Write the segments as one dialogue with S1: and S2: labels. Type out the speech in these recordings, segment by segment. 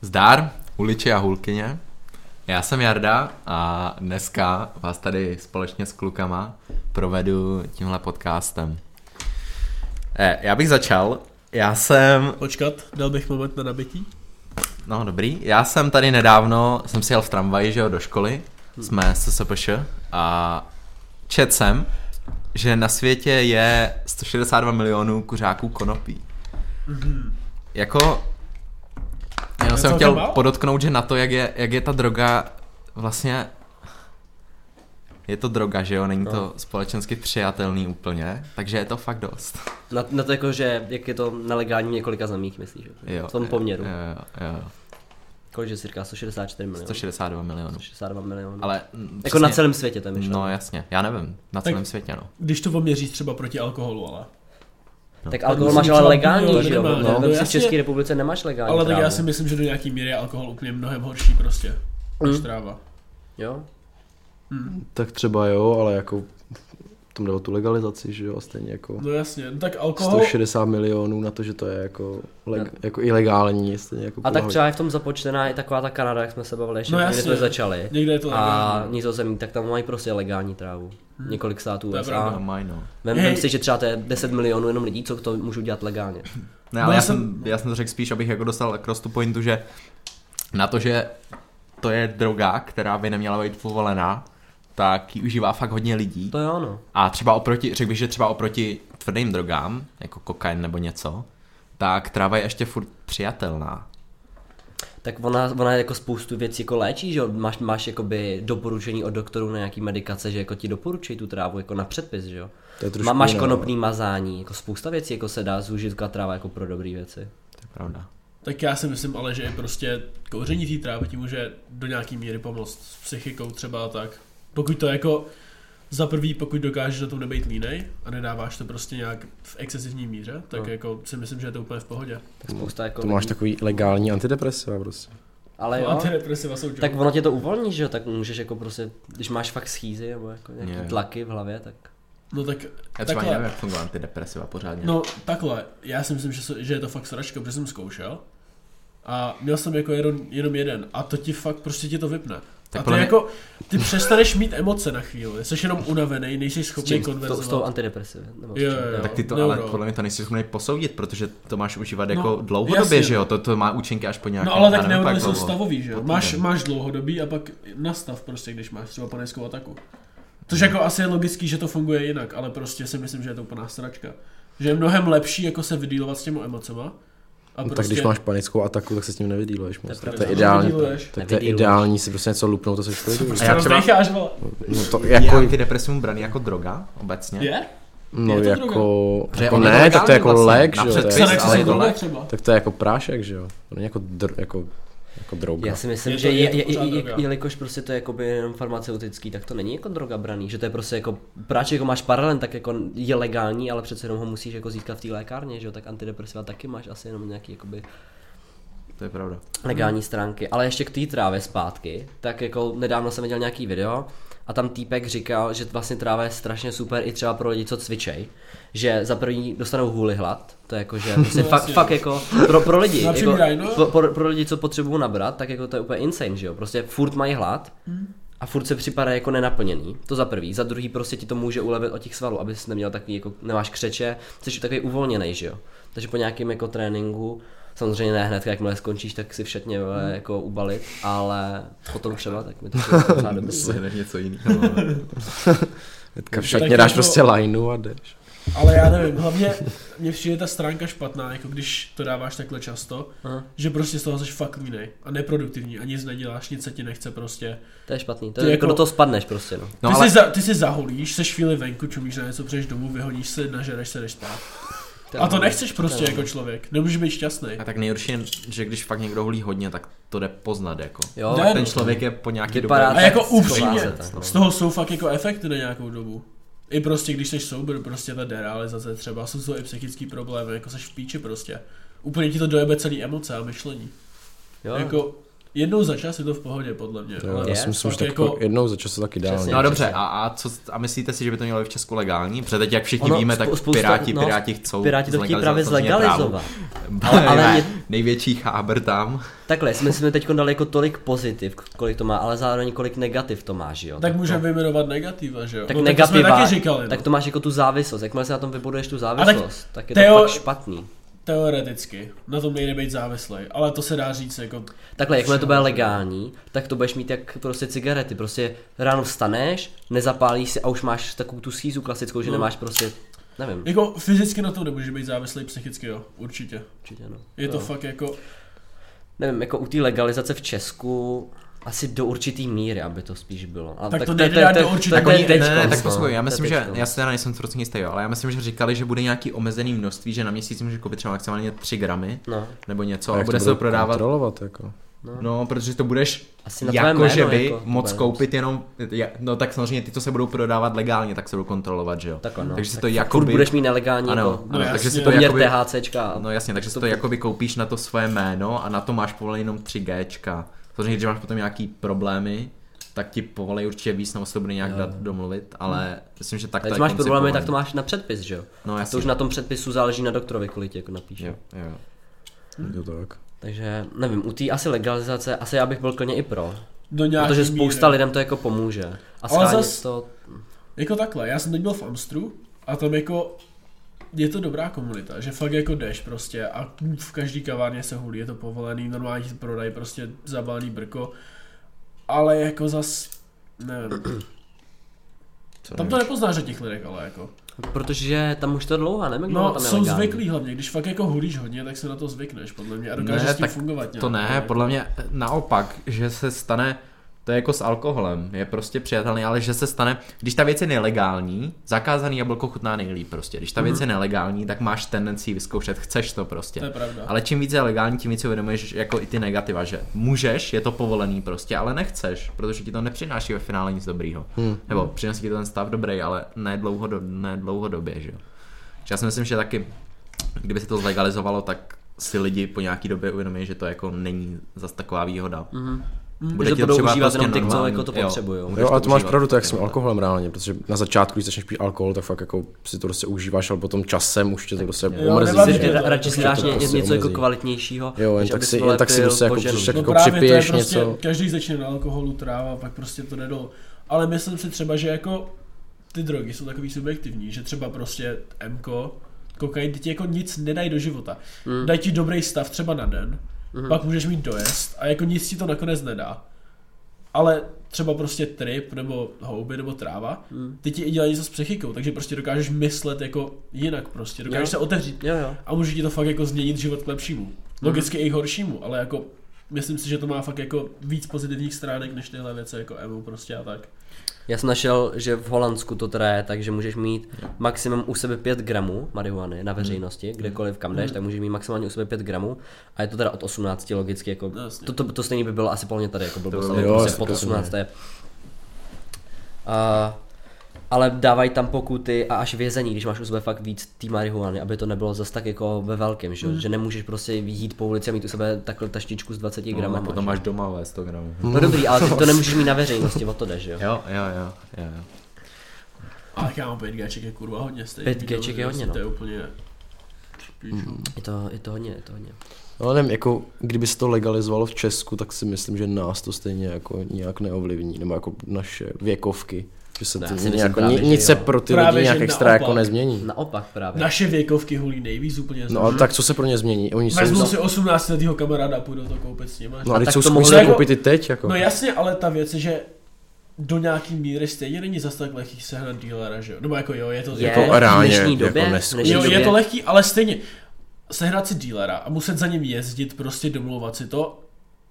S1: Zdar, uliči a hulkyně. Já jsem Jarda a dneska vás tady společně s klukama provedu tímhle podcastem. Eh, já bych začal. Já jsem,
S2: Počkat, dal bych moment na nabití.
S1: no dobrý, já jsem tady nedávno, jsem si jel v tramvaji, že jo, do školy.
S3: Hmm.
S1: Jsme SSPŠ a čet jsem, že na světě je 162 milionů kuřáků konopí.
S3: Mhm.
S1: Jako, jenom
S2: je
S1: jsem
S2: celkem
S1: chtěl
S2: málo.
S1: podotknout, že na to, jak je, jak je ta droga vlastně, je to droga, že jo, není
S3: No.
S1: to společensky přijatelný úplně, takže je to fakt dost.
S3: Na, na to jako, že jak je to nelegální v několika zemích, myslíš? že?
S1: Jo,
S3: v tom poměru.
S1: Jo, jo, jo,
S3: Kolik je cirka? 164 milionů.
S1: 162 milionů.
S3: 162 milionů.
S1: no. Ale mm,
S3: Jako na celém světě to je myšleno.
S1: No jasně, já nevím, na
S2: Tak-
S1: celém světě no.
S2: Když to poměříš třeba proti alkoholu, ale.
S3: tak alkohol
S2: musí
S3: máš
S2: být
S3: ale
S2: třeba
S3: legální,
S2: pivo,
S3: že jo?
S2: minimálně.
S3: No,
S2: No,
S3: no, v
S2: jasně.
S3: České republice nemáš legální
S2: Ale tak
S3: trávu.
S2: já si myslím, že do nějaký míry je alkohol úplně mnohem horší prostě.
S3: Hmm.
S2: Než tráva.
S3: Jo?
S4: Tak třeba jo, ale jako tam jde o tu legalizaci, že jo, a stejně jako
S2: No jasně, no tak alkohol...
S4: 160 milionů na to, že to je jako, leg, jako ilegální, stejně jako
S3: No. A tak
S1: No,
S4: pohodě.
S3: třeba je v tom započtená i taková ta Kanada, jak jsme se bavili, ještě
S2: No
S3: no,
S2: jasně.
S3: jsme začali.
S2: Někde je to
S3: A
S2: legální. Hmm.
S3: nizozemí, tak tam mají prostě legální trávu. Několik států
S2: To je
S1: No,
S3: USA.
S2: pravda.
S1: maj, no.
S3: Vem, vem
S2: Hej.
S3: si, že třeba to je 10 milionů jenom lidí, co to můžou dělat legálně.
S1: Ne,
S2: No,
S1: ale
S2: já
S1: já jsem, já jsem to řekl spíš, abych jako dostal cross to pointu, že na to, že to je droga, která by neměla být povolená, tak ji užívá fakt hodně lidí.
S3: To je ono.
S1: A třeba oproti, řekl bych, že třeba oproti tvrdým drogám, jako kokain nebo něco, tak tráva je ještě furt přijatelná.
S3: Tak ona, ona jako spoustu věcí jako léčí, že jo? Máš, máš jakoby doporučení od doktorů na nějaký medikace, že jako ti doporučují tu trávu jako na předpis, že jo?
S4: To je trošku no.
S3: Má, máš
S4: jiná,
S3: konopný mazání, jako spousta věcí jako se dá zúžit tráva jako pro dobré věci.
S1: To je pravda.
S2: Tak já si myslím ale, že je prostě kouření té trávy ti může do nějaký míry pomoct s psychikou třeba a tak. Pokud to jako za prvý, pokud dokážeš na tom nebejt línej a nedáváš to prostě nějak v excesivní míře, tak
S3: No.
S2: jako si myslím, že je to úplně v pohodě.
S3: Tak spousta jako
S4: No, To máš
S3: lidí-
S4: takový legální antidepresiva prostě.
S3: Ale
S2: No,
S3: jo,
S2: antidepresiva jsou
S3: tak ono tě to uvolní, že jo? Tak můžeš jako prostě, když máš fakt schýzy nebo jako nějaký
S1: Je.
S3: tlaky v hlavě, tak...
S2: No tak
S1: Já třeba ani nevím,
S2: takhle,
S1: jak funguje antidepresiva pořádně.
S2: no takhle, já si myslím, že, so- že je to fakt sračka, protože jsem zkoušel a měl jsem jako jenom, jenom jeden a to ti fakt prostě ti to vypne.
S1: Tak
S2: Tak a ty
S1: podle mě-
S2: jako, ty přestaneš mít emoce na chvíli, jsi jenom unavený, nejsi
S3: S čím?
S2: schopný
S3: S tou-
S2: konverzovat. No,
S3: S tou antidepresivy. Nebo s
S2: Jo,
S3: čím?
S2: jo, jo.
S1: tak ty to
S2: neuro.
S1: ale podle mě to nejsi schopný posoudit, protože to máš užívat jako
S2: No,
S1: dlouhodobě,
S2: jasně.
S1: že jo? To, to má účinky až po nějakém.
S2: No ale
S1: já
S2: tak
S1: nevím,
S2: neurony
S1: jak
S2: jsou
S1: dlouho.
S2: stavový, že jo?
S1: Po
S2: Máš,
S1: týden.
S2: máš dlouhodobý a pak nastav prostě, když máš třeba panickou ataku. Což jako asi je logický, že to funguje jinak, ale prostě si myslím, že je to úplná sračka. Že je mnohem lepší jako se vydílovat s těmi emocema. A prostě
S4: No, tak když máš panickou ataku, tak se s tím nevydíluješ moc.
S3: Prostě- To je
S4: To je
S3: pravda.
S4: ideální.
S2: Nevydýluješ.
S4: Tak to je
S3: Nevydýluješ. prostě-
S4: ideální si prostě něco lupnout, to se v klidu.
S1: A já třeba-
S2: Zdecháš, vole.
S4: No to
S1: Je jako...
S4: jako,
S1: antidepresivum braný jako droga obecně?
S2: Je?
S4: no
S2: je to
S4: jako,
S1: Protože
S4: jako
S1: on je
S4: ne, tak to je jako
S1: legální vlastně.
S4: lék, že jo.
S1: Napřed
S4: to je-
S1: Pis,
S2: Xanax
S1: ale
S2: jsou
S1: jako
S2: droga
S1: lék.
S2: třeba.
S4: Tak to je jako prášek, že jo. To není jako, dr, jako, jako droga.
S3: Já si myslím,
S2: Je to-
S3: že
S2: je to
S3: je, je,
S2: pořád
S3: je, je,
S2: droga.
S3: jelikož prostě to je jakoby jenom farmaceutický, tak to není jako droga braný, že to je prostě jako, práč jako máš paralen, tak jako je legální, ale přece jenom ho musíš jako získat v té lékárně, že jo, tak antidepresiva taky máš asi jenom nějaký jakoby
S1: To je pravda.
S3: legální stránky, ale ještě k té trávě zpátky, tak jako nedávno jsem viděl nějaký video a tam týpek říkal, že vlastně tráva je strašně super i třeba pro lidi, co cvičej, že za první dostanou hůli hlad, to je jako, že prostě
S2: No
S3: fakt,
S2: jasně.
S3: fakt jako pro, pro lidi,
S2: Na
S3: jako,
S2: přibírání, no.
S3: pro, pro, pro lidi, co potřebují nabrat, tak jako to je úplně insane, že jo, prostě furt mají hlad,
S2: Hmm.
S3: a furt se připadá jako nenaplněný, to za prvý, za druhý prostě ti to může ulevit od těch svalů, aby jsi neměl takový jako, nemáš křeče, jsi takový uvolněný, že jo. Takže po nějakém jako tréninku, samozřejmě ne hned, jakmile skončíš, tak si všetně vole,
S2: Hmm.
S3: jako ubalit, ale potom třeba, tak mi to přijde jako docela dobrý.
S1: To je něco jiného. ale-
S4: Hnedka
S2: Tak
S4: v šatně dáš
S2: jako-
S4: prostě lineu a jdeš.
S2: Ale já nevím, hlavně mě přijde ta stránka špatná, jako když to dáváš takhle často,
S3: Aha.
S2: že prostě z toho jsi fakt línej a neproduktivní a nic neděláš, nic se ti nechce prostě.
S3: To je špatný, to
S2: Ty
S3: je jako
S2: jako-
S3: do toho spadneš prostě, no.
S1: No,
S2: ty,
S1: ale
S2: si za, ty si zaholíš, seš chvíli venku, čumíš na něco, přejdeš domů, vyhodíš se, nažereš se, jdeš spát. A to nechceš prostě jako člověk, nemůžeš být šťastný.
S1: A tak nejhorší je, že když fakt někdo hulí hodně, tak to no. jde poznat jako.
S3: Jo,
S2: Ne,
S1: Ten člověk je po nějaký
S3: Vypadá
S1: době...
S2: A jako
S3: tak schová
S2: upřímně,
S3: se tak, no.
S2: z toho jsou fakt jako efekty na nějakou dobu. I prostě, když jsi sober, prostě ta derealizace třeba, jsou to i psychický problémy, jako seš v píči prostě. Úplně ti to dojebe celý emoce a myšlení.
S3: jo.
S2: Jako, jednou za čas je to v pohodě, podle mě.
S4: Jo,
S2: ale
S4: já si myslím, že
S2: fakt
S4: tak jako... jednou za čas se taky dá.
S3: Přesně.
S1: No
S3: Ne,
S1: dobře,
S3: přesně.
S1: a, a, co, a myslíte si, že by to mělo být v Česku legální? Protože teď, jak všichni víme, tak
S3: spou- spousta- no,
S1: piráti, piráti chcou
S3: Piráti to chtějí
S1: zlegalizovat
S3: právě
S1: samozřejmě
S3: zlegalizovat.
S1: právo.
S3: Ale- ale
S1: Ne,
S3: je-
S1: Největší chábr tam.
S3: Takhle, jsme, jsme teď dali jako tolik pozitiv, kolik to má, ale zároveň kolik negativ to má, že jo?
S2: Tak můžeme vyjmenovat negativa, že jo?
S3: No. tak
S2: no,
S3: negativa,
S2: tak to jsme taky říkali. no.
S3: tak
S2: Tak
S3: to
S2: to...
S3: máš jako tu závislost, jakmile se na tom vybuduješ tu závislost, tak, tak je to
S2: Teo-
S3: fakt špatný.
S2: Teoreticky, na tom nejde být závislej, ale to se dá říct jako...
S3: Takhle, jakmile to bude legální, tak to budeš mít jak prostě cigarety, prostě ráno vstaneš, nezapálíš si a už máš takovou tu schýzu klasickou, že
S2: No.
S3: nemáš prostě, nevím,
S2: Jako fyzicky na tom nemůžeš být závislý, psychicky jo, určitě.
S3: určitě no.
S2: Je to
S3: no.
S2: fakt jako...
S3: Nevím, jako u té legalizace v Česku asi do určitý míry, aby to spíš bylo. A
S2: Tak to nejde dát do určitý
S3: to je
S2: míry.
S1: Ne,
S3: teďkon,
S1: ne, ne, tak
S3: no.
S1: poslouchej, já
S3: To je
S1: myslím, že,
S3: teďkon.
S1: já si teda nejsem procentně jistý, jo, ale já myslím, že říkali, že bude nějaký omezený množství, že na měsíc může koupit třeba maximálně 3 gramy,
S3: No,
S1: nebo něco, a, bude se to prodávat.
S4: Kontrolovat, jako.
S1: No, protože to budeš
S3: Asi na tvé
S1: jako,
S3: jméno,
S1: že by
S3: jako,
S1: jako,
S3: to
S1: moc
S3: bude
S1: koupit jenom, ja- no tak samozřejmě ty, co se budou prodávat legálně, tak se budou kontrolovat, že jo.
S3: takhle no.
S1: Takže si
S3: tak
S1: to
S3: furt
S1: jakoby...
S3: budeš mít nelegální
S1: Ano,
S3: jako
S1: ano,
S2: No,
S1: takže si
S2: jasně.
S1: to
S3: poměr
S1: jakoby...
S3: THCčka.
S1: No jasně, takže si
S3: To-
S1: to, jakoby koupíš na to své jméno a na to máš povolený jenom 3Gčka. Samozřejmě, když máš potom nějaký problémy, tak ti povolej určitě víc, nebo se to bude nějak dát domluvit, ale myslím, že tak
S3: Hmm. Když
S1: to je
S3: máš problémy, tak to
S1: koncipovaný.
S3: máš na předpis, že jo?
S1: No
S3: A to
S1: jasně.
S3: už na tom předpisu záleží na doktorovi, kolik ti jako napíše.
S1: Jo, jo.
S4: Je to tak.
S3: Takže nevím, u té asi legalizace, asi já bych byl klidně i pro.
S2: Do nějaký
S3: Protože spousta
S2: míry.
S3: lidem to jako pomůže. A
S2: Ale
S3: schránit
S2: zas-
S3: to...
S2: Jako takhle, já jsem teď byl v Amstru a tam jako je to dobrá komunita, že fakt jako jdeš prostě a v každý kavárně se hulí, je to povolený, normálně ti prodají prostě zabalený brko, ale jako zas, nevím, tam to nepoznáš na těch lidech, ale jako.
S3: Protože tam už to je dlouhá, nevím, kdo
S2: No,
S3: tam je
S2: jsou
S3: legální.
S2: zvyklí hlavně, když fakt jako hulíš hodně, tak se na to zvykneš, podle mě, a dokážeš
S1: Ne,
S2: s tím
S1: tak
S2: fungovat nějak. no.
S1: To ne,
S2: ale-
S1: podle mě naopak, že se stane, to je jako s alkoholem, je prostě přijatelný, ale že se stane, když ta věc je nelegální, zakázaný jablko chutná nejlíp prostě. Když ta věc je nelegální, tak máš tendenci ji vyzkoušet, chceš to prostě.
S2: Mhm. To je pravda.
S1: Ale čím více je legální, tím více uvědomuješ jako i ty negativa, že můžeš, je to povolený prostě, ale nechceš, protože ti to nepřináší ve finále nic dobrýho. Nebo přinesí ti to ten stav dobrý, ale ne, dlouhodob, ne dlouhodobě, že jo. Takže Já si myslím, že taky, kdyby se to zlegalizovalo, tak si lidi po nějaký době uvědomí, že to jako není zas taková výhoda. Mm-hmm.
S3: Bude že to budou užívat jenom ty, co jako to potřebujou.
S4: prostě Jo, ale to máš pravdu, to je jak s tím alkoholem reálně, protože na začátku, když začneš pít alkohol, tak fakt jako si to prostě užíváš, ale potom časem už tě to prostě
S2: Jo,
S4: omrzí.
S2: nevadí,
S4: že-
S2: že-
S3: Ra- Radši si
S2: to
S3: dáš
S4: prostě
S3: ně- něco jako
S4: omezí.
S3: kvalitnějšího.
S4: Jo, jen
S3: než
S4: tak
S3: abys
S4: si-
S3: vole
S4: jen tak si
S3: pil
S4: prostě jako
S3: koženou.
S4: přišel- jako
S2: No, právě
S4: připiješ
S2: to je prostě,
S4: něco.
S2: Každý začne na alkoholu tráva, pak prostě to jde dolů. Ale myslím si třeba, že jako ty drogy jsou takový subjektivní, že třeba prostě MKO, kokain, ty ti jako nic nedají do života.
S3: Hmm.
S2: Mm. Dají ti dobrý stav třeba na den,
S3: Mhm.
S2: mm. pak můžeš mít dojezd a jako nic ti to nakonec nedá. Ale třeba prostě trip, nebo houby, nebo tráva, mm. ty ti i dělají něco s psychikou, takže prostě dokážeš myslet jako jinak prostě, dokážeš
S3: Jo.
S2: se otevřít
S3: Jo, jo.
S2: a může ti to fakt jako změnit život k lepšímu. Logicky i k horšímu, ale jako myslím si, že to má fakt jako víc pozitivních stránek než tyhle věci jako Evo prostě a tak.
S3: Já jsem našel, že v Holandsku to teda je tak, že můžeš mít maximum u sebe 5 gramů marihuany na veřejnosti, kdekoliv kam jdeš, tak můžeš mít maximálně u sebe 5 gramů a je to teda od 18 logicky, jako
S2: No, jasně.
S3: to, to, to stejný by bylo asi polně tady, jako bylo,
S1: by
S3: bylo
S1: bylo
S4: jo,
S3: prostě
S4: jasně,
S3: pod
S4: jasně.
S3: 18 to je. A, ale dávají tam pokuty a až vězení, když máš u sebe fakt víc té marihuany, aby to nebylo zas tak jako ve velkém, že, jo? že nemůžeš prostě jít po ulici a mít u sebe takhle taštičku s 20
S1: No,
S3: gramů.
S1: a potom máš doma ve 100 gramů.
S3: No dobrý, ale ty to nemůžeš mít na veřejnosti, o to jde, že jo?
S1: Jo, jo, jo, jo, jo.
S2: A já mám 5 gček je kurva hodně stejný.
S3: 5G je hodně, no. Mhm.
S2: To je úplně... Mm.
S3: Je to, je to hodně, je to hodně.
S4: No, nevím, jako kdyby se to legalizovalo v Česku, tak si myslím, že nás to stejně jako nějak neovlivní, nebo jako naše věkovky. Že se
S3: Ne,
S4: to
S3: já si myslím
S4: nějak,
S3: právě,
S4: ni-
S3: že
S4: nic
S3: jo.
S4: se pro ty
S2: Právě,
S4: lidi nějak
S2: že
S4: extra jako
S2: naopak.
S4: nezmění.
S3: Naopak právě.
S2: Naše věkovky hulí nejvíc úplně.
S4: No ale tak co se pro ně změní? Oni jsou...
S2: Vezmu
S4: No,
S2: si 18 letýho kamaráda a půjdu to koupit s nima. že?
S4: no a
S3: tak
S4: teď jsou
S3: to mohli
S4: zkusili
S2: jako-
S4: koupit i teď, jako.
S2: No jasně, ale ta věc je, že do nějaký míry stejně není zas tak lehký sehnat dealera, že jo? Nebo jako jo, je to...
S3: je,
S4: Jako
S3: v
S4: reálně,
S3: dnešní
S4: jako
S3: době,
S4: neskup-
S3: v dnešní
S2: Jo,
S3: době
S2: je to lehký, ale stejně sehnat si dílera a muset za ním jezdit, prostě domlouvat si to,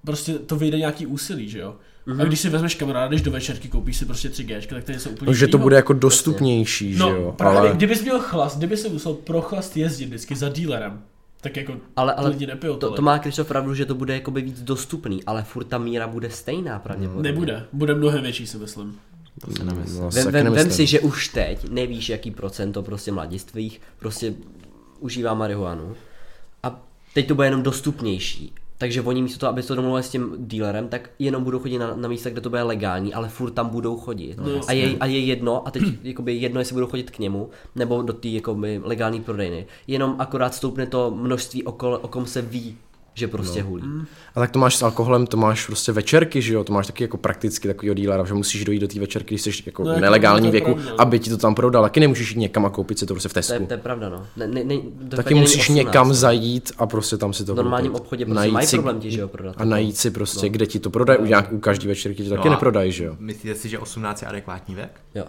S2: prostě to vyjde nějaký úsilí, že jo? Mm-hmm. A když si vezmeš kamaráda, když do večerky koupíš si prostě 3 G, tak to je něco úplně
S4: No, že to
S2: jinýho.
S4: bude jako dostupnější, že
S2: No,
S4: jo.
S2: právě,
S4: ale-
S2: kdybys měl chlast, kdyby se musel pro chlast jezdit vždycky za dílerem, tak jako
S3: ale, ale
S2: lidi nepijou
S3: to,
S2: tolik.
S3: to má Krištof pravdu, že to bude jakoby víc dostupný, ale furt ta míra bude stejná pravděpodobně.
S2: Nebude, bude mnohem větší, si myslím.
S4: No,
S3: Vem,
S4: se taky
S3: vem, vem
S4: nemyslím.
S3: si, že už teď nevíš, jaký procento prostě mladistvých prostě užívá marihuanu a teď to bude jenom dostupnější. Takže oni místo toho, aby se to domluvili s tím dealerem, tak jenom budou chodit na, na místa, kde to bude legální, ale furt tam budou chodit.
S2: No,
S3: a, je, a je jedno, a teď jakoby jedno, jestli budou chodit k němu, nebo do té jakoby legální prodejny. Jenom akorát stoupne to množství, okol, o kom se ví, že prostě no. hulí.
S4: A tak to máš s alkoholem, to máš prostě večerky, že jo? To máš taky jako prakticky takovýho dílera, že musíš dojít do té večerky, když jsi jako
S2: No,
S4: no,
S2: jako to
S4: nelegální
S2: je
S4: věku,
S2: pravda.
S4: aby ti to tam prodal. Taky nemůžeš jít někam a koupit si to prostě v
S3: To je,
S4: Tesku.
S3: to je pravda, no. Ne, ne, ne,
S4: Taky
S3: dopadně není
S4: musíš
S3: 18.
S4: někam zajít a prostě tam si to
S3: V normálním
S4: koupit.
S3: obchodě prostě
S4: Najít
S3: mají
S4: si-
S3: problém ti, No. že jo, prodat.
S4: A najít si prostě, kde ti to prodají, u, nějak, u každý večerky ti to taky
S2: No.
S1: a-
S4: neprodají, že jo?
S1: Myslíte si, že 18 je adekvátní věk?
S3: Jo.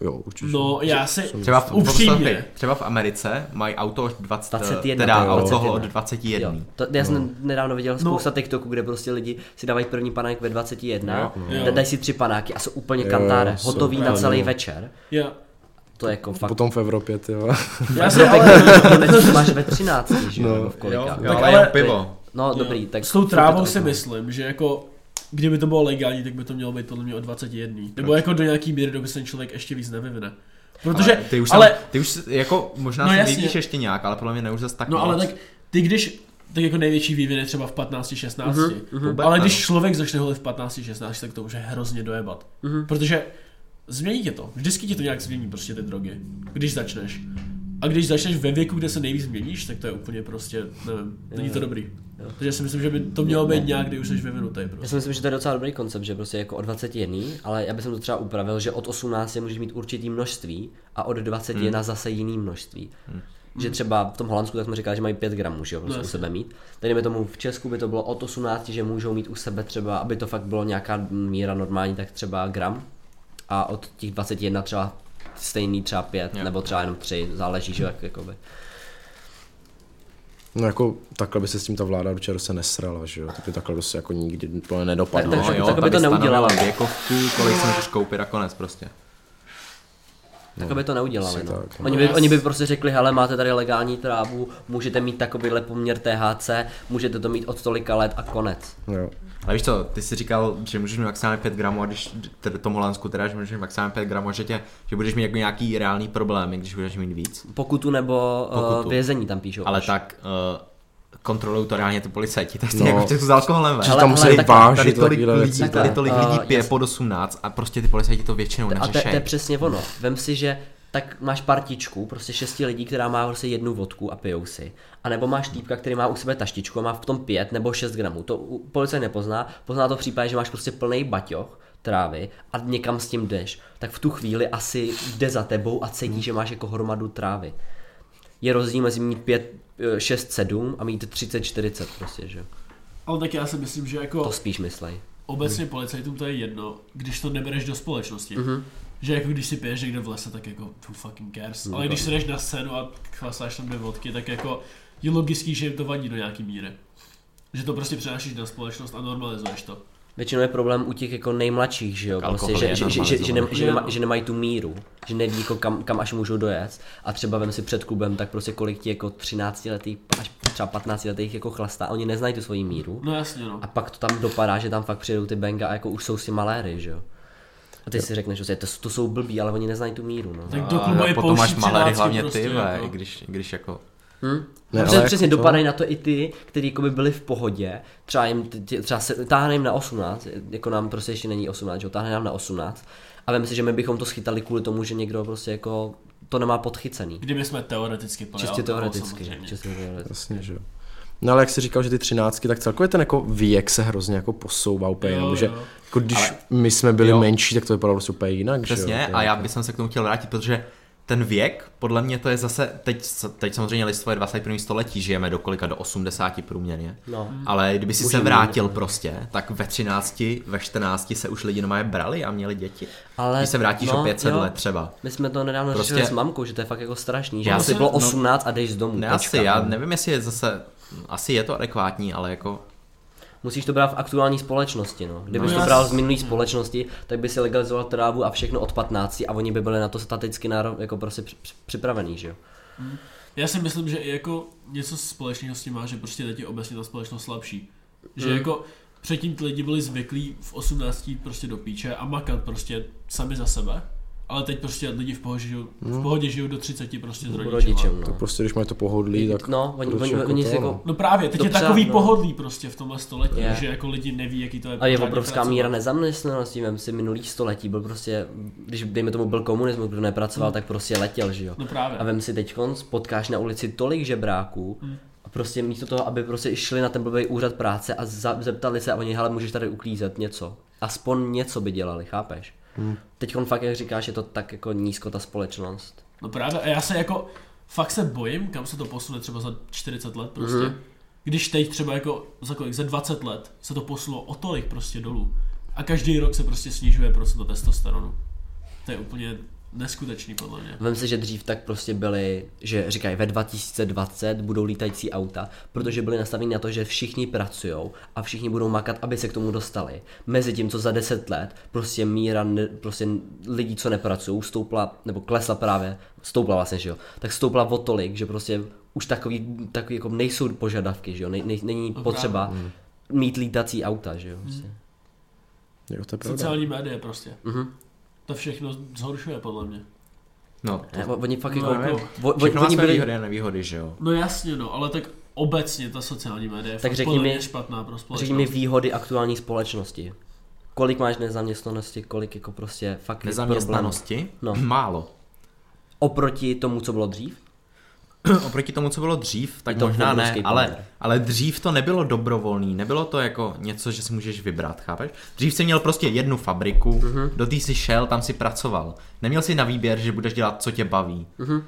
S4: Jo, určitě.
S2: No, já si
S1: Třeba v,
S2: upřímně,
S1: poslouchej, třeba v Americe mají auto od 20,
S3: 21,
S1: teda
S3: jo.
S1: alkohol od
S3: 21.
S1: 21.
S3: Jo, to, já jsem nedávno viděl spousta
S2: No.
S3: TikToků, kde prostě lidi si dávají první panák ve 21,
S2: Jo.
S3: da- dají si tři panáky a jsou úplně kantáre,
S4: jsou
S3: hotový na
S4: úplně,
S3: celý
S4: no.
S3: večer.
S2: já,
S3: To je jako fakt.
S4: Potom v Evropě, ty jo.
S2: já si
S3: Dropek
S2: ale,
S3: v Německu máš ve 13, že jo, nebo v kolika.
S1: jo,
S2: Tak
S1: ale
S2: ale-
S1: jenom pivo.
S3: No dobrý, tak... no.
S2: s tou
S3: furt je
S2: trávou
S3: to
S2: si
S3: takový.
S2: myslím, že jako kdyby to bylo legální, tak by to mělo být podle mě o 21. Nebo jako do nějaký míry, dokud se ten člověk ještě víc nevyvine. Protože,
S1: ale ty už,
S2: ale,
S1: tam, ty už jako možná
S2: No
S1: no, se
S2: jasně.
S1: vyvíjíš ještě nějak, ale podle mě ne už zase tak
S2: no ale
S1: moc.
S2: tak ty když, tak jako největší vývin je třeba v 15, 16,
S1: mhm.
S2: ale
S1: Vůbec
S2: když
S1: ne.
S2: člověk začne holit v 15, 16, tak to může hrozně dojebat. Protože změní tě to, vždycky ti to nějak změní prostě ty drogy, když začneš. A když začneš ve věku, kde se nejvíc změníš, tak to je úplně prostě, nevím, není to dobrý. Takže si myslím, že by to mělo být nějak, kdy už jsi vyvinutý
S3: Já
S2: prostě.
S3: si myslím, že to je docela dobrý koncept, že prostě jako od 21, ale já bych to třeba upravil, že od 18 můžeš mít určitý množství a od 21 hmm. zase jiný množství. Hmm. Že třeba v tom Holandsku, tak jsme říkali, že mají 5 gramů, že jo, prostě u
S2: jasně.
S3: sebe mít. Tady dejme tomu v Česku by to bylo od 18, že můžou mít u sebe třeba, aby to fakt bylo nějaká míra normální, tak třeba gram. A od těch 21 třeba stejný třeba 5, nebo třeba jenom 3, záleží, že jo, jak, jakoby.
S4: No jako takhle by se s tím ta vláda určitě se nesrala, že jo? To by takhle prostě jako nikdy úplně
S1: No,
S4: nedopadlo.
S3: Takže-
S1: jo,
S3: tak aby
S1: ta by
S3: to neudělala.
S1: stanovila věkovku, kolik si můžeš koupit a konec prostě.
S3: Tak aby to neudělali.
S4: asi
S3: No.
S4: tak, no.
S3: Oni, by, oni by prostě řekli, hele, máte tady legální trávu, můžete mít takovýhle poměr THC, můžete to mít od tolika let a konec.
S4: Jo.
S1: Ale víš co, ty jsi říkal, že můžeš mít maximálně 5 gramů, a když tedy v tom Holandsku teda, že můžeš mít maximálně 5 gramů, a že, tě, že budeš mít jako nějaký reální problémy, když budeš mít víc.
S3: Pokutu nebo Pokutu.
S1: Pokutu.
S3: Uh, vězení tam píšou.
S1: Ale
S3: až.
S1: tak uh, kontrolují to reálně ty policajti, tak no.
S4: No.
S1: jako v Česku s alkoholem, veš.
S4: Že
S3: Hele,
S4: tam museli
S3: takhle,
S1: Tady
S4: vážit
S1: tolik,
S4: takovýhle
S1: lidí,
S4: věci.
S1: tady tolik lidí
S3: Eh,
S1: pije
S3: jasně.
S1: pod 18 a prostě ty policajti to většinou
S3: A to, je- to je
S1: neřešejí.
S3: přesně ono. Vem si, že tak máš partičku, prostě šesti lidí, která má prostě jednu vodku a pijou si. A nebo máš týpka, který má u sebe taštičku a má v tom pět nebo šest gramů. To u- policie nepozná, pozná to v případě, že máš prostě plný baťoch trávy a někam s tím jdeš, tak v tu chvíli asi jde za tebou a cítí, že máš jako hromadu trávy. Je rozdíl mezi mít 5, 6, 7 a mít 30, 40 prostě, že? jo.
S2: Ale tak já si myslím, že jako...
S3: To spíš myslej.
S2: Obecně policajtům to je jedno, když to nebereš do společnosti.
S1: Mhm.
S2: Mm-hmm. Že jako když si piješ někde v lese, tak jako who fucking cares.
S1: Mhm,
S2: Ale když se jdeš na scénu a chlasáš tam dvě vodky, tak jako je logický, že jim to vadí do nějaký míry. Že to prostě přenášíš na společnost a normalizuješ to.
S3: Většinou je problém u těch jako nejmladších, že jo,
S1: Tak
S3: prostě,
S1: alkohol
S3: že,
S1: je
S3: že, že, že, že, ne,
S1: normalizovaný.
S3: že, nema, že nemají tu míru, že neví jako kam, kam až můžou dojet a třeba vem si před klubem, tak prostě kolik ti jako 13 letých, až třeba 15 letých jako chlastá, oni neznají tu svoji míru
S2: No jasně no.
S3: a pak to tam dopadá, že tam fakt přijedou ty benga a jako už jsou si maléry, že jo. A ty si řekneš, že to, to jsou blbí, ale oni neznají tu míru, no.
S2: Tak do klubu je
S1: potom máš
S2: pouští
S1: malé
S2: 13
S1: hlavně
S2: prostě,
S1: ty, ve,
S2: jako.
S1: i když, i když jako...
S4: Ne,
S3: Přes,
S4: ale jako
S3: přesně
S4: jak to?
S3: dopadají na to i ty, kteří jako by byli v pohodě, třeba jim, t- tě- třeba se, táhne jim na 18, jako nám prostě ještě není 18, že jo, táhne nám na 18 a vím si, že my bychom to schytali kvůli tomu, že někdo prostě jako to nemá podchycený.
S2: Kdyby jsme teoreticky plili
S3: Čistě
S2: alkohol,
S3: teoreticky,
S2: samozřejmě.
S3: čistě teoreticky.
S4: Jasně, že jo. No ale jak jsi říkal, že ty třináctky, tak celkově ten jako věk se hrozně jako posouvá úplně,
S2: Jo,
S4: nebo že
S2: jo.
S4: jako když my jsme byli
S1: Jo.
S4: menší, tak to vypadalo prostě úplně jinak, že
S1: Přesně,
S4: jo. To je
S1: a já
S4: jako-
S1: bych se k tomu chtěl vrátit, protože ten věk, podle mě to je zase, teď, teď samozřejmě lidstvo je 21. století, žijeme do kolika, do 80 průměrně.
S3: No.
S1: Ale kdyby si se vrátil prostě, tak ve 13, ve 14 se už lidi normálně brali a měli děti.
S3: Ale-
S1: Když se vrátíš
S3: no,
S1: o 500
S3: jo.
S1: let třeba.
S3: My jsme to nedávno
S1: Prostě-
S3: prostě... řešili s mamkou, že to je fakt jako strašný, že
S1: Já
S3: asi
S1: si-
S3: bylo
S1: no-
S3: 18 a jdeš z domu.
S1: Ne,
S4: No,
S3: tečka.
S1: asi, já nevím, jestli je zase, asi je to adekvátní, ale jako
S3: Musíš to brát v aktuální společnosti, no. Kdybys
S2: No
S3: to
S2: jas-
S3: bral z minulé společnosti, tak by si legalizoval trávu a všechno od 15 a oni by byli na to staticky náro... jako prostě při- při- připravený, že jo.
S2: Já si myslím, že i jako něco společného s tím má, že prostě teď je obecně ta společnost slabší. Že mm. jako předtím ty lidi byli zvyklí v 18 prostě do píče a makat prostě sami za sebe. Ale teď prostě lidi v pohodě žijou,
S3: No.
S2: v pohodě žijou do 30 prostě s rodičem.
S3: rodičem,
S4: Tak
S3: no.
S4: prostě, když mají to pohodlí, tak...
S3: No, oni,
S4: proč
S3: oni,
S4: jako
S3: oni
S4: to,
S3: si
S4: no?
S3: jako...
S2: No právě, teď
S3: Dopřát,
S2: je takový
S3: no.
S2: pohodlí prostě v tomhle století,
S3: Je.
S2: že jako lidi neví, jaký to je.
S3: A je
S2: pořádně
S3: obrovská
S2: pracovat.
S3: míra
S4: no.
S3: nezaměstnanosti, vem si minulý století, byl prostě, když dejme tomu byl komunismus, kdo nepracoval,
S4: Hmm.
S3: tak prostě letěl, že jo.
S2: No právě.
S3: A vem si teď potkáš na ulici tolik žebráků, a prostě místo toho, aby prostě šli na ten blbý úřad práce a za, zeptali se a oni, hele, můžeš tady uklízet něco. Aspoň něco by dělali, chápeš? Hmm. Teď fakt, jak říkáš, je to tak jako nízko ta společnost.
S2: No právě, a já se jako, fakt se bojím, kam se to posune třeba za 40 let prostě. Mm-hmm.
S3: Mhm.
S2: Když teď třeba jako, za kolik, za 20 let se to posunulo o tolik prostě dolů. A každý rok se prostě snižuje procento testosteronu. To je úplně neskutečný podle mě.
S3: Vem si, že dřív tak prostě byli, že říkají ve 2020 budou lítající auta, protože byli nastaveni na to, že všichni pracují a všichni budou makat, aby se k tomu dostali. Mezi tím, co za 10 let prostě míra ne, prostě lidí, co nepracují, stoupla, nebo klesla právě, stoupla vlastně, že jo, tak stoupla o tolik, že prostě už takový, takový jako nejsou požadavky, že jo, nej, nej, není
S1: No
S3: potřeba mít lítací auta, že jo. Prostě.
S1: Hmm.
S4: Jo, to je pravda.
S2: Sociální média prostě. Mm-hmm.
S3: Mhm.
S2: To všechno zhoršuje podle mě.
S1: No,
S3: Ne, o- Oni fakt
S2: No,
S3: jako,
S2: nevím.
S3: o- o-
S1: všechno má
S3: oni
S1: své
S3: byli,
S1: výhody a nevýhody, že jo?
S2: No jasně no, ale tak obecně ta sociální média je
S3: Tak
S2: fakt
S3: řekni
S2: podle
S3: mi-
S2: mě špatná pro společnost.
S3: Řekni mi výhody aktuální společnosti. Kolik máš nezaměstnanosti, kolik jako prostě fakt je
S1: Nezaměstnanosti?
S3: No.
S1: Málo.
S3: problém. Oproti tomu, co bylo dřív?
S1: Oproti tomu, co bylo dřív, tak
S3: to
S1: možná ne,
S3: obrovský
S1: ale,
S3: poměr.
S1: ale dřív to nebylo dobrovolný, nebylo to jako něco, že si můžeš vybrat, chápeš? Dřív jsi měl prostě jednu fabriku,
S3: Mhm.
S1: uh-huh. do té si šel, tam si pracoval. Neměl si na výběr, že budeš dělat, co tě baví.
S3: Mhm.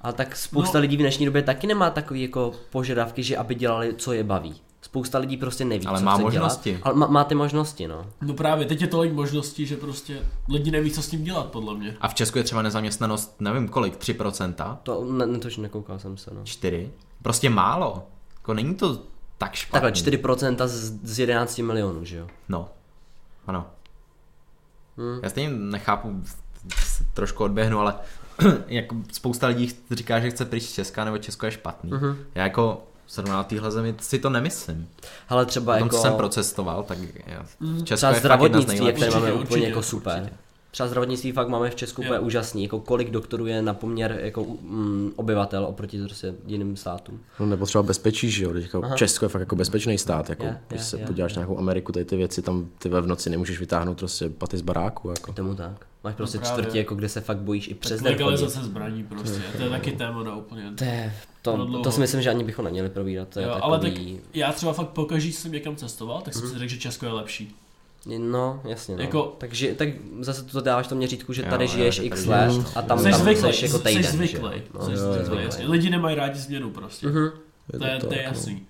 S3: A tak spousta
S2: No.
S3: no. lidí v dnešní době taky nemá takový jako požadavky, že aby dělali, co je baví. Spousta lidí prostě neví,
S1: Ale
S3: co
S1: má
S3: chce
S1: možnosti.
S3: Dělat, ale má, má ty možnosti, no.
S2: No právě, teď je tolik možností, že prostě lidi neví, co s tím dělat podle mě.
S1: A v Česku je třeba nezaměstnanost, nevím kolik, 3%,
S3: To ne, ne, tož nekoukal jsem se, no.
S1: 4%. Prostě málo. Jako není to tak špatný.
S3: Takhle 4% z, z 11 milionů, že jo?
S1: No, ano. Hmm. Já stejně nechápu, s- trošku odběhnu, ale jako spousta lidí ch- říká, že chce pryč z Česka, nebo Česko je špatný.
S3: Mhm.
S1: Mm-hmm. Já jako zrovna o téhle zemi si to nemyslím.
S3: Ale třeba
S1: Potom,
S3: jako... Mm,
S1: co No jsem prostě procestoval, tak já- Česko
S3: Třeba
S1: je fakt jedna z
S3: zdravotnictví, jak
S1: nejlepších.
S3: tady máme
S2: Určitě,
S3: úplně jako
S2: určitě,
S3: super. Třeba zdravotnictví fakt máme v Česku úplně úžasný, jako kolik doktorů je na poměr jako mm, obyvatel oproti prostě jiným státům.
S4: No nebo třeba bezpečí, že jo, když jako Česko je fakt jako bezpečný stát, jako
S3: Je,
S4: když
S3: je,
S4: se
S3: je,
S4: podíváš na nějakou Ameriku, tady ty věci, tam ty ve v noci nemůžeš vytáhnout prostě paty z baráku, jako.
S3: Tomu tak. Máš prostě no
S2: právě.
S3: čtvrtě, jako kde se fakt bojíš i přes den chodit.
S2: Legalizace zbraní prostě, to je taky téma na úplně.
S3: To, je,
S2: Pro
S3: to,
S2: dlouho.
S3: to si myslím, že ani bychom neměli probírat. To je jo,
S2: Jo,
S3: takový...
S2: ale tak já třeba fakt pokaždé jsem někam cestoval, tak
S1: Mhm.
S2: jsem si řekl, že Česko je lepší.
S3: No, jasně. No.
S2: Jako-
S3: Takže tak zase to dáváš to měřítku, že
S1: Jo,
S3: tady
S1: jo,
S3: žiješ
S1: že tady
S3: x
S1: žiješ.
S3: let a tam,
S2: Jsi
S3: tam
S2: zvyklý,
S3: seš jako
S2: jsi
S3: týden. že jo?
S2: zvyklý,
S3: No,
S2: jsi
S3: jo, jo, Mhm.
S2: zvyklý,
S3: jo.
S2: jasně. Lidi nemají rádi změnu prostě, to je, to je
S4: tak,
S3: jako-
S4: no.
S2: jasný.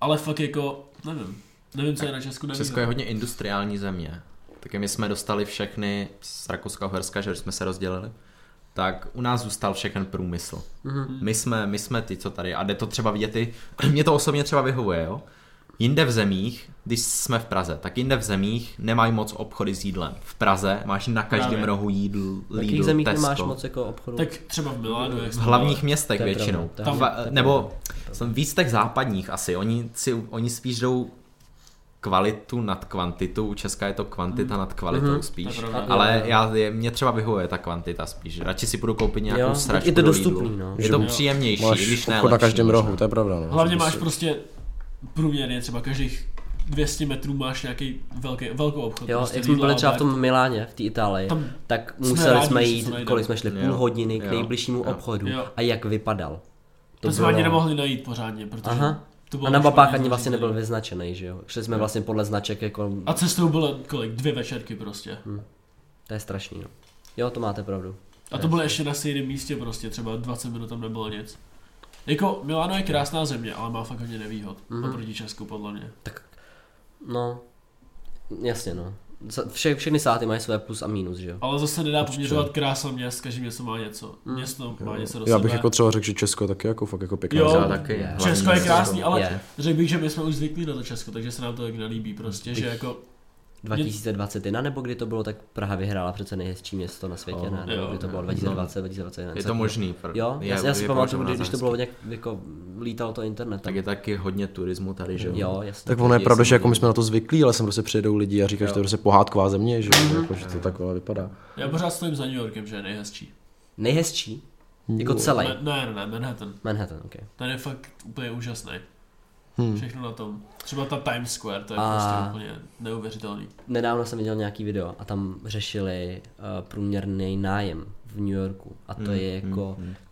S2: Ale fakt jako, nevím, nevím, co je na Česku nevím.
S1: Česko je hodně industriální země. Taky my jsme dostali všechny z Rakouska a Uherska, že jsme se rozdělili. Tak u nás zůstal všechen průmysl.
S3: mhm.
S2: Hm.
S1: Mm-hmm. My, jsme, my jsme ty, co tady. A jde to třeba vidět i... Mě to osobně třeba vyhovuje, jo? Jinde v zemích, když jsme v Praze, tak jinde v zemích nemají moc obchody s jídlem. V Praze máš na každém
S2: Právě.
S1: rohu jídl,
S3: V
S1: Lidl,
S3: jakých zemích
S1: Tesco.
S3: nemáš moc jako obchodů?
S2: Tak třeba v Milánu, jak
S1: V
S2: jsem
S1: hlavních
S2: byl,
S1: městech
S3: To je
S1: většinou.
S3: pravda, to je
S1: Tam,
S3: pravda, to je
S1: nebo
S3: pravda,
S1: jsem víc těch západních asi. Oni, si, oni spíš jdou kvalitu nad kvantitu. U Česka je to kvantita nad kvalitou spíš.
S2: Hmm. Mhm. To je pravda.
S1: Ale
S3: Jo, jo.
S1: já, je- mě třeba vyhovuje ta kvantita spíš. Radši si budu koupit nějakou
S3: Jo,
S1: sračku
S3: je to
S1: do Lidlu.
S3: dostupný, no.
S1: Je to příjemnější, i když
S4: Máš
S1: ne
S4: obchod na
S1: lepší
S4: každém
S1: možná.
S4: rohu, to je pravda, no.
S2: Hlavně
S4: Že
S2: máš
S4: si-
S2: prostě průměrně třeba každých 200 metrů máš nějaký velký, velkou obchod.
S3: Jo,
S2: prostě
S3: jak jsme
S2: Lidl
S3: byli
S2: a
S3: třeba v
S2: Bek.
S3: tom Miláně, v té Itálii,
S2: Tam
S3: tak
S2: jsme
S3: museli
S2: rádi,
S3: jsme
S2: že
S3: jít,
S2: se najdeme.
S3: kolik jsme šli,
S1: Jo,
S3: půl hodiny
S1: jo,
S3: k nejbližšímu
S1: jo.
S3: obchodu
S2: Jo.
S3: a jak vypadal.
S2: To jsme ani nemohli najít pořádně, protože
S3: Aha.
S2: to
S3: A na
S2: už
S3: mapách
S2: hodně
S3: ani vlastně
S2: zařízený.
S3: nebyl vyznačený, že jo? Šli jsme vlastně podle značek jako...
S2: A cestou bylo kolik? Dvě večerky prostě.
S3: To je strašný, no. Jo, to máte pravdu.
S2: A to bylo ještě na stejném místě prostě, třeba 20 minut tam nebylo nic. Jako Milano je krásná země, ale má fakt hodně nevýhod mm-hmm. oproti Česku podle mě.
S3: No, jasně, no. Za- Vše, všechny státy mají své plus a minus, že jo?
S2: Ale zase nedá poměřovat krása měst, každý město má něco. Město má něco do
S4: Já
S2: prostě sebe.
S4: bych jako třeba řekl, že Česko je taky jako fakt jako pěkná
S2: Jo,
S1: Já
S4: země.
S1: taky.
S3: Je.
S1: hlavní
S2: Česko je
S1: město.
S2: krásný, ale
S3: Je.
S2: řekl bych, že my jsme už zvyklí na to Česko, takže se nám to jak nelíbí prostě, že jako
S3: 2021, nebo kdy to bylo, tak Praha vyhrála přece nejhezčí město na světě, ne? Nebo
S2: Oh, jo, No.
S3: kdy to
S2: ne.
S3: bylo 2020, 2021.
S1: Je
S3: co
S1: to možný. pr-
S3: Jo,
S1: je-
S3: já, si- já si
S1: je
S3: pamatuju,
S1: považovaná
S3: když, když
S1: za
S3: to bylo nějak, jako lítalo to internet.
S1: Tak je taky hodně turismu tady, že
S3: Jo, jasně.
S4: Tak ono je
S1: Lidi
S4: pravda,
S1: se
S4: že jako my
S1: mění.
S4: jsme na to zvyklí, ale sem prostě přijedou lidi a říkají, že to je prostě pohádková země, že, jo, jako, že to takhle vypadá.
S2: Já pořád stojím za New Yorkem, že je nejhezčí.
S3: Nejhezčí? Jako
S2: No.
S3: celý?
S2: Ne, ne, ne, Manhattan.
S3: Manhattan, ok.
S2: Ten je fakt úplně úžasný. Všechno na tom. Třeba ta Times Square, to je
S3: A-
S2: prostě úplně neuvěřitelný.
S3: Nedávno jsem viděl nějaký video a tam řešili uh, průměrný nájem v New Yorku. A
S1: Hmm,
S3: to je jako... To,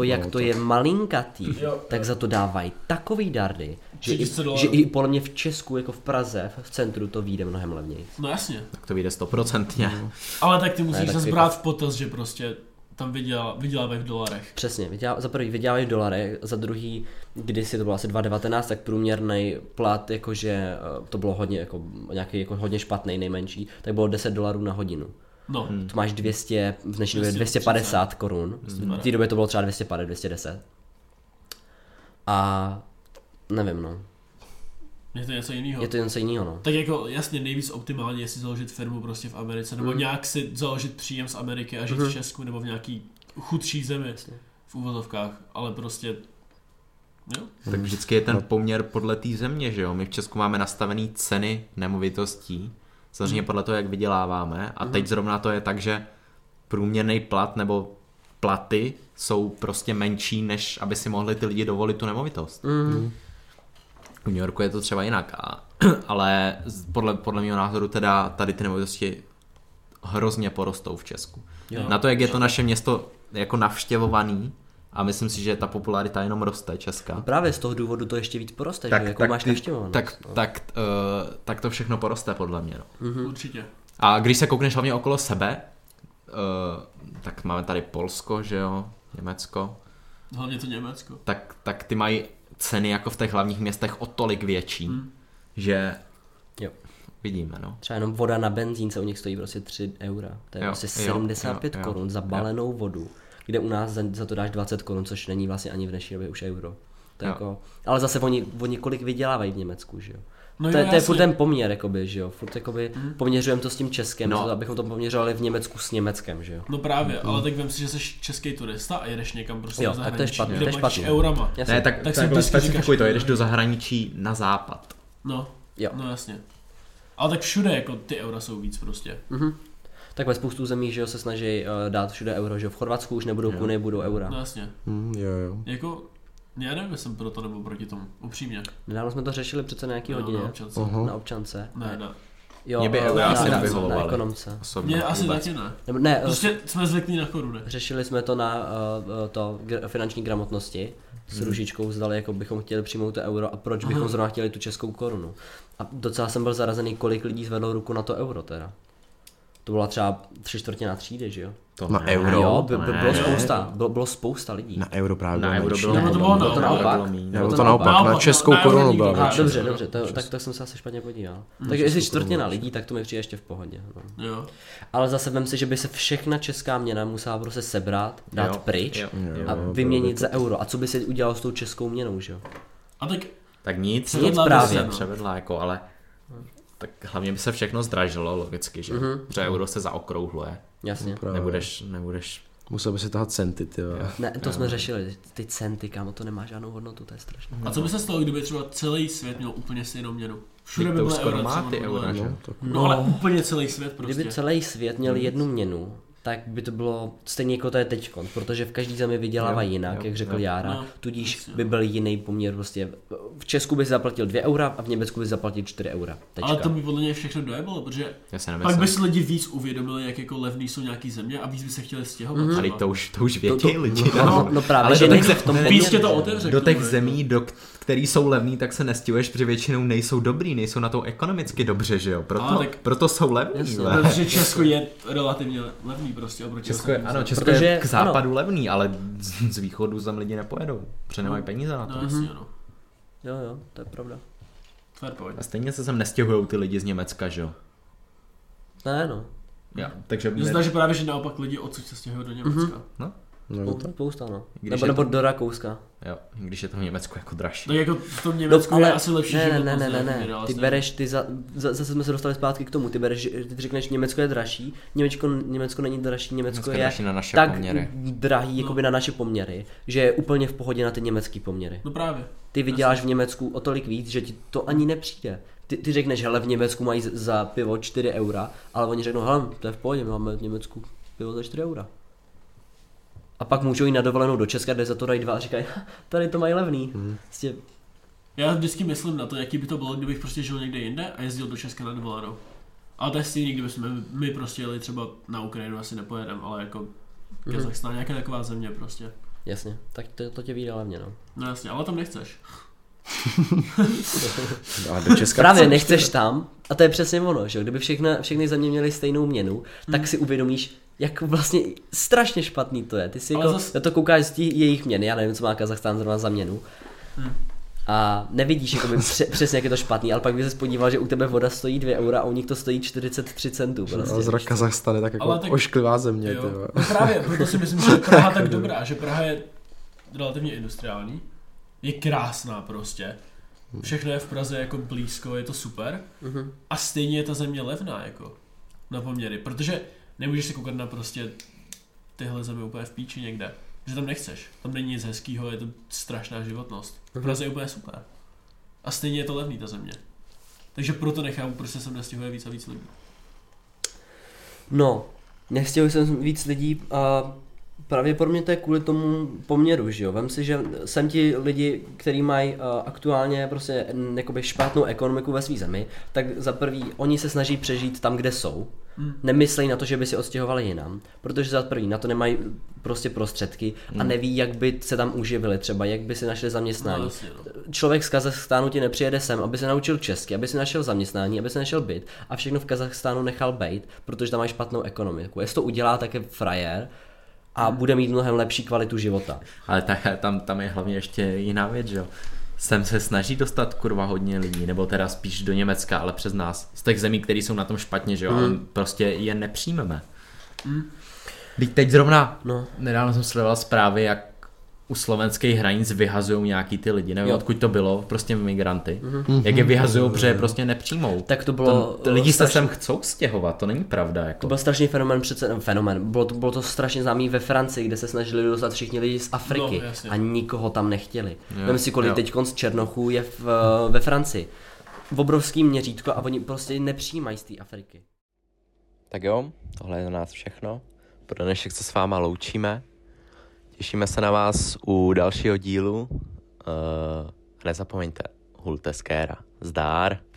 S1: No,
S3: jak to je malinkatý,
S2: Jo.
S3: tak za to dávají takový dardy, že i,
S2: 30 dolarů.
S3: že i podle mě v Česku, jako v Praze, v- v centru, to vyjde mnohem levněji.
S2: No jasně.
S1: Tak to vyjde stoprocentně.
S3: Mhm.
S2: Ale tak ty musíš
S3: tak
S2: zase
S3: si-
S2: brát v potaz, že prostě tam vydělá, vydělávají v dolarech.
S3: Přesně, vydělá, za prvý vydělávají v dolarech, za druhý, kdysi to bylo asi 2,19, tak průměrný plat, jakože eh, to bylo hodně, jako, nějaký jako hodně špatný nejmenší, tak bylo 10 dolarů na hodinu.
S2: No,
S1: Hmm.
S3: To máš 200, v dnešní době
S2: 230.
S3: 250 korun, v té době to bylo třeba 250, 210. A nevím no,
S2: je to něco jiného.
S3: je to něco jiného no.
S2: Tak jako jasně nejvíc optimálně je si založit firmu prostě v Americe,
S3: Hmm.
S2: nebo nějak si založit příjem z Ameriky a žít v Česku, nebo v nějaký chudší zemi, v úvozovkách, ale prostě, jo,
S1: Hmm. Tak vždycky je ten poměr podle té země, že jo? My v Česku máme nastavený ceny nemovitostí, samozřejmě podle toho, jak vyděláváme. A teď zrovna to je tak, že průměrný plat nebo platy jsou prostě menší, než aby si mohli ty lidi dovolit tu nemovitost.
S3: Mm.
S1: V New Yorku je to třeba jinak, a, ale z- podle, podle mého názoru teda tady ty nemovitosti hrozně porostou v Česku.
S2: Jo.
S1: Na to, jak je to naše město jako navštěvovaný, a myslím si, že ta popularita jenom roste česká.
S3: Právě z toho důvodu to ještě víc poroste, že? jo, jako máš No.
S1: ty-
S3: navštěvovanost.
S1: tak, tak, uh, tak to všechno poroste podle mě. No.
S3: Mhm.
S2: určitě.
S1: A když se koukneš hlavně okolo sebe, uh, tak máme tady Polsko, že jo, Německo,
S2: Hlavně to Německo.
S1: tak, tak ty mají ceny jako v těch hlavních městech o tolik větší,
S2: Hmm.
S1: že
S3: Jo.
S1: vidíme, no.
S3: Třeba jenom voda na benzínce u nich stojí prostě 3 eura. To je
S1: Jo,
S3: prostě
S1: jo,
S3: 75
S1: jo, jo,
S3: korun za
S1: jo.
S3: balenou vodu, kde u nás za, za to dáš 20 korun, což není vlastně ani v dnešní době už euro. To je
S1: Jo.
S3: jako, ale zase oni, oni kolik vydělávají v Německu, že jo?
S2: No
S3: No to, je,
S2: jo,
S3: to je
S2: jasně. Mhm.
S3: furt ten poměr, jakoby, že jo? Furt jakoby poměřujeme to s tím Českem,
S1: No.
S3: no. abychom to poměřovali v Německu s Německem, že jo?
S2: No právě, ale tak vem si, že jsi český turista a jedeš někam prostě
S3: Mhm. Jo,
S2: do
S3: tak to je
S2: zahraničí,
S3: špatně,
S2: kde
S3: to je
S2: platíš
S3: špatně.
S2: eurama.
S3: Jasně.
S1: Ne, tak,
S2: Tak
S1: tak,
S2: si
S1: tak
S2: vždycky říkáš,
S1: specifikuj to,
S2: že-
S1: jedeš do zahraničí na západ.
S2: No,
S3: Jo.
S2: no jasně. Ale tak všude jako ty eura jsou víc prostě.
S3: Tak ve spoustu zemí, že jo, se snaží uh, dát všude euro, že jo? V Chorvatsku už nebudou kuny, budou eura.
S2: No jasně.
S4: Mm, jo, jo.
S2: Jako, já nevím, jestli jsem pro to nebo proti tomu, upřímně.
S3: Nedávno jsme to řešili přece na nějaký
S2: No,
S3: hodině.
S2: na občance.
S3: Na občance.
S2: Ne, ne.
S3: Jo,
S1: Mě by
S3: eh,
S1: eura
S3: na,
S1: asi
S3: na,
S1: nevyhovovaly.
S3: na ekonomce.
S1: Osobně
S2: Mně asi
S1: vůbec.
S2: taky ne.
S3: Nebo, ne, eh,
S2: Prostě jsme zvyklí na koruny.
S3: Řešili jsme to na uh, uh, to gr- finanční gramotnosti s ružičkou, zdali jako bychom chtěli přijmout to euro a proč bychom zrovna chtěli tu českou korunu. A docela jsem byl zarazený, kolik lidí zvedlo ruku na to euro teda. To byla třeba tři čtvrtina třídy, že jo?
S1: To
S4: Na
S1: ne,
S4: euro?
S3: jo,
S1: to
S3: by, by,
S1: ne.
S3: bylo spousta, bylo, bylo spousta lidí.
S4: Na euro právě
S1: Na
S4: bylo
S1: euro
S4: menší.
S1: bylo
S2: Nebo to bylo
S1: bylo
S3: naopak.
S1: míň.
S4: Nebo
S3: to
S4: to naopak,
S2: naopak,
S4: na
S2: no,
S4: českou
S2: na euro
S4: korunu
S2: nikdo
S4: byla
S2: ne.
S4: menší.
S3: Dobře, dobře, to, tak, tak jsem se asi špatně podíval. Tak jestli čtvrtina lidí, tak to mi přijde ještě v pohodě. No.
S2: Jo.
S3: Ale zase vem si, že by se všechna česká měna musela prostě sebrat, dát
S1: Jo,
S3: pryč
S1: jo,
S3: a
S1: jo.
S3: vyměnit za euro. A co by si udělal s tou českou měnou, že jo?
S2: A tak
S1: Tak nic,
S3: Nic
S1: to
S3: právě,
S1: se
S2: no.
S1: převedla, jako, ale tak hlavně by se všechno zdražilo logicky, že?
S3: Mhm.
S1: Mm-hmm. Protože euro se zaokrouhluje.
S3: Jasně.
S4: Právě.
S1: Nebudeš, nebudeš.
S4: Musel by si tahat centy, ty No, jo.
S3: Ne, to jsme řešili, ty centy, kámo, to nemá žádnou hodnotu, to je strašné.
S2: A co by se stalo, kdyby třeba celý svět měl úplně stejnou měnu? Všude
S1: Teď
S2: by
S1: to
S2: byla
S1: už skoro
S2: eura,
S1: má
S2: třeba
S1: ty
S2: by
S1: eura,
S2: byla-
S1: že?
S4: No, tak
S2: No, ale úplně celý svět prostě.
S3: Kdyby celý svět měl
S1: Hmm.
S3: jednu měnu, tak by to bylo stejně jako to je teď, protože v každý zemi vydělává
S1: Jo,
S3: jinak,
S1: jo,
S3: jak řekl
S1: jo.
S3: Jára,
S2: No,
S3: tudíž
S2: jasně.
S3: by byl jiný poměr prostě. V Česku by zaplatil 2 eura a v Německu by zaplatil 4 eura. Tečka.
S2: Ale to by podle mě všechno dojebalo, protože
S1: Já se
S2: pak by
S1: nemyslím.
S2: si lidi víc uvědomili, jak jako levný jsou nějaký země a víc by se chtěli stěhovat.
S3: Mhm.
S1: Tady
S2: třeba.
S1: to už, to už vědí lidi.
S3: no, no, no právě,
S1: ale
S3: že
S1: do
S3: není
S1: těch,
S3: v tom
S2: Víc tě
S3: poměru,
S2: to no.
S3: že?
S2: otevře.
S1: do
S2: k
S1: těch
S2: tomu,
S1: zemí, do k- který jsou levný, tak se nestěhuješ, protože většinou nejsou dobrý, nejsou na tom ekonomicky dobře, že jo? Proto,
S2: Ale tak-
S1: proto jsou levný.
S3: Jasně.
S1: vole.
S2: jako- Protože Česko je relativně levný prostě oproti
S1: Česko je,
S2: ostatním
S1: ano, Česko
S3: Protože-
S1: je k
S3: ano.
S1: západu levný, ale z, z východu sem lidi nepojedou, protože nemají peníze na to.
S2: zemím. No
S3: Mhm.
S2: jasně, ano.
S3: Jo, jo, to je pravda.
S2: Fair point.
S1: A stejně se sem nestěhují ty lidi z Německa, že jo?
S3: Ne, no.
S1: Já, takže
S2: No.
S3: Mhm.
S2: Mně se zdá, že právě, že naopak lidi odsud se stěhují do Německa.
S1: No,
S4: No,
S3: No,
S4: to-
S3: spousta, no.
S1: Když
S3: Nebo,
S1: je
S3: nebo
S1: to-
S3: do Rakouska.
S1: Jo, když je to v Německu jako dražší.
S3: No,
S2: Tak jako v tom Německu je asi lepší
S3: ne, ne,
S2: život
S3: ne,
S2: moc
S3: ne, ne, ne,
S2: nevydělá,
S3: ty
S2: asi.
S3: bereš, ty za, za, zase jsme se dostali zpátky k tomu, ty bereš, ty řekneš, Německo je dražší, Němečko, Německo není dražší, Německo,
S1: Německo je dražší na naše
S3: tak
S1: poměry.
S2: No.
S3: drahý, jakoby na naše poměry, že je úplně v pohodě na ty německé poměry.
S2: No právě.
S3: Ty vyděláš v Německu o tolik víc, že ti to ani nepřijde. Ty, ty řekneš, hele, v Německu mají z- za pivo 4 eura, ale oni řeknou, hele, to je v pohodě, my máme v Německu pivo za 4 eura. A pak můžou jít na dovolenou do Česka, kde za to dají dva a říkají, tady to mají levný. Hmm. Prostě,
S2: Já vždycky myslím na to, jaký by to bylo, kdybych prostě žil někde jinde a jezdil do Česka na dovolenou. Ale to je stejný, kdybychom my prostě jeli třeba na Ukrajinu, asi nepojedeme, ale jako
S3: Mhm.
S2: Kazachstán, nějaká taková země prostě.
S3: jasně, tak to, to tě vyjde hlavně, no.
S2: No jasně, ale tam nechceš.
S4: A do Česka
S3: Právě
S4: chceš?
S3: nechceš tam, a to je přesně ono, že jo, kdyby všechny, všechny země měly stejnou měnu,
S2: Hmm.
S3: tak si uvědomíš, jak vlastně strašně špatný to je. Ty si
S2: Ale
S3: jako,
S2: zas-
S3: na to koukáš z těch jejich měny, já nevím, co má Kazachstán zrovna za měnu.
S2: Hmm.
S3: A nevidíš jakoby, pře- přesně, jak je to špatný, ale pak by se podíval, že u tebe voda stojí 2 eura a u nich to stojí 43 centů.
S4: A
S3: Prostě.
S4: zrak Kazachstan je tak jako
S2: Ale tak-
S4: tak... ošklivá země, ty
S2: Jo.
S4: vole.
S2: No právě, proto si myslím, že je Praha tak dobrá, že Praha je relativně industriální, je krásná prostě.
S3: Mhm.
S2: Všechno je v Praze jako blízko, je to super. A stejně je ta země levná jako na poměry, protože nemůžeš se koukat na prostě tyhle země úplně v píči někde. Že tam nechceš, tam není nic hezkýho, je to strašná životnost. V Praze je úplně super. A stejně je to levný ta země. Takže proto nechápu, proč se sem nastěhuje víc a víc lidí.
S3: No, nechtěl jsem víc lidí a pravděpodobně to je kvůli tomu poměru, že jo. Vem si, že sem ti lidi, kteří mají a, aktuálně prostě n- jakoby špatnou ekonomiku ve své zemi, tak za prvý oni se snaží přežít tam, kde jsou.
S2: Hm.
S3: Nemyslejí na to, že by si odstěhovali jinam, protože za prvý na to nemají prostě prostředky a neví, jak by se tam uživili třeba, jak by si našli
S2: No,
S3: zaměstnání
S2: jasně, no.
S3: člověk z Kazachstánu ti nepřijede sem, aby se naučil česky, aby si našel zaměstnání, aby se našel byt a všechno v Kazachstánu nechal být, protože tam má špatnou ekonomiku. Jestli to udělá, tak je frajer a
S1: Mhm.
S3: bude mít mnohem lepší kvalitu života.
S1: Ale ta, tam, tam je hlavně ještě jiná věc, že jo. Sem se snaží dostat kurva hodně lidí, nebo teda spíš do Německa, ale přes nás. Z těch zemí, které jsou na tom špatně, že jo, ale
S3: Mhm.
S1: prostě je nepřijmeme. Teď teď zrovna,
S3: No.
S1: no. nedávno jsem sledoval zprávy, jak u slovenských hranic vyhazují nějaký ty lidi, nevím
S3: Jo.
S1: jo. odkud to bylo, prostě migranty. Jak je vyhazují, protože je prostě nepřijmou.
S3: Tak to bylo,
S1: Tam, lidi se
S3: strašně-
S1: sem chcou stěhovat, to není pravda. Jako.
S3: To byl strašný fenomen, přece no, fenomen. Bylo to, bylo to strašně známý ve Francii, kde se snažili dostat všichni lidi z Afriky
S2: No, jasně.
S3: a nikoho tam nechtěli.
S1: Jo,
S3: Vem si, kolik
S1: jo.
S3: teď z Černochů je v, eh, ve Francii. V obrovským měřítko a oni prostě nepřijímají z té Afriky.
S1: Tak jo, tohle je na nás všechno. Pro dnešek se s váma loučíme. Těšíme se na vás u Eh, dalšího dílu. Uh, nezapomeňte, hulte skéra. Zdár.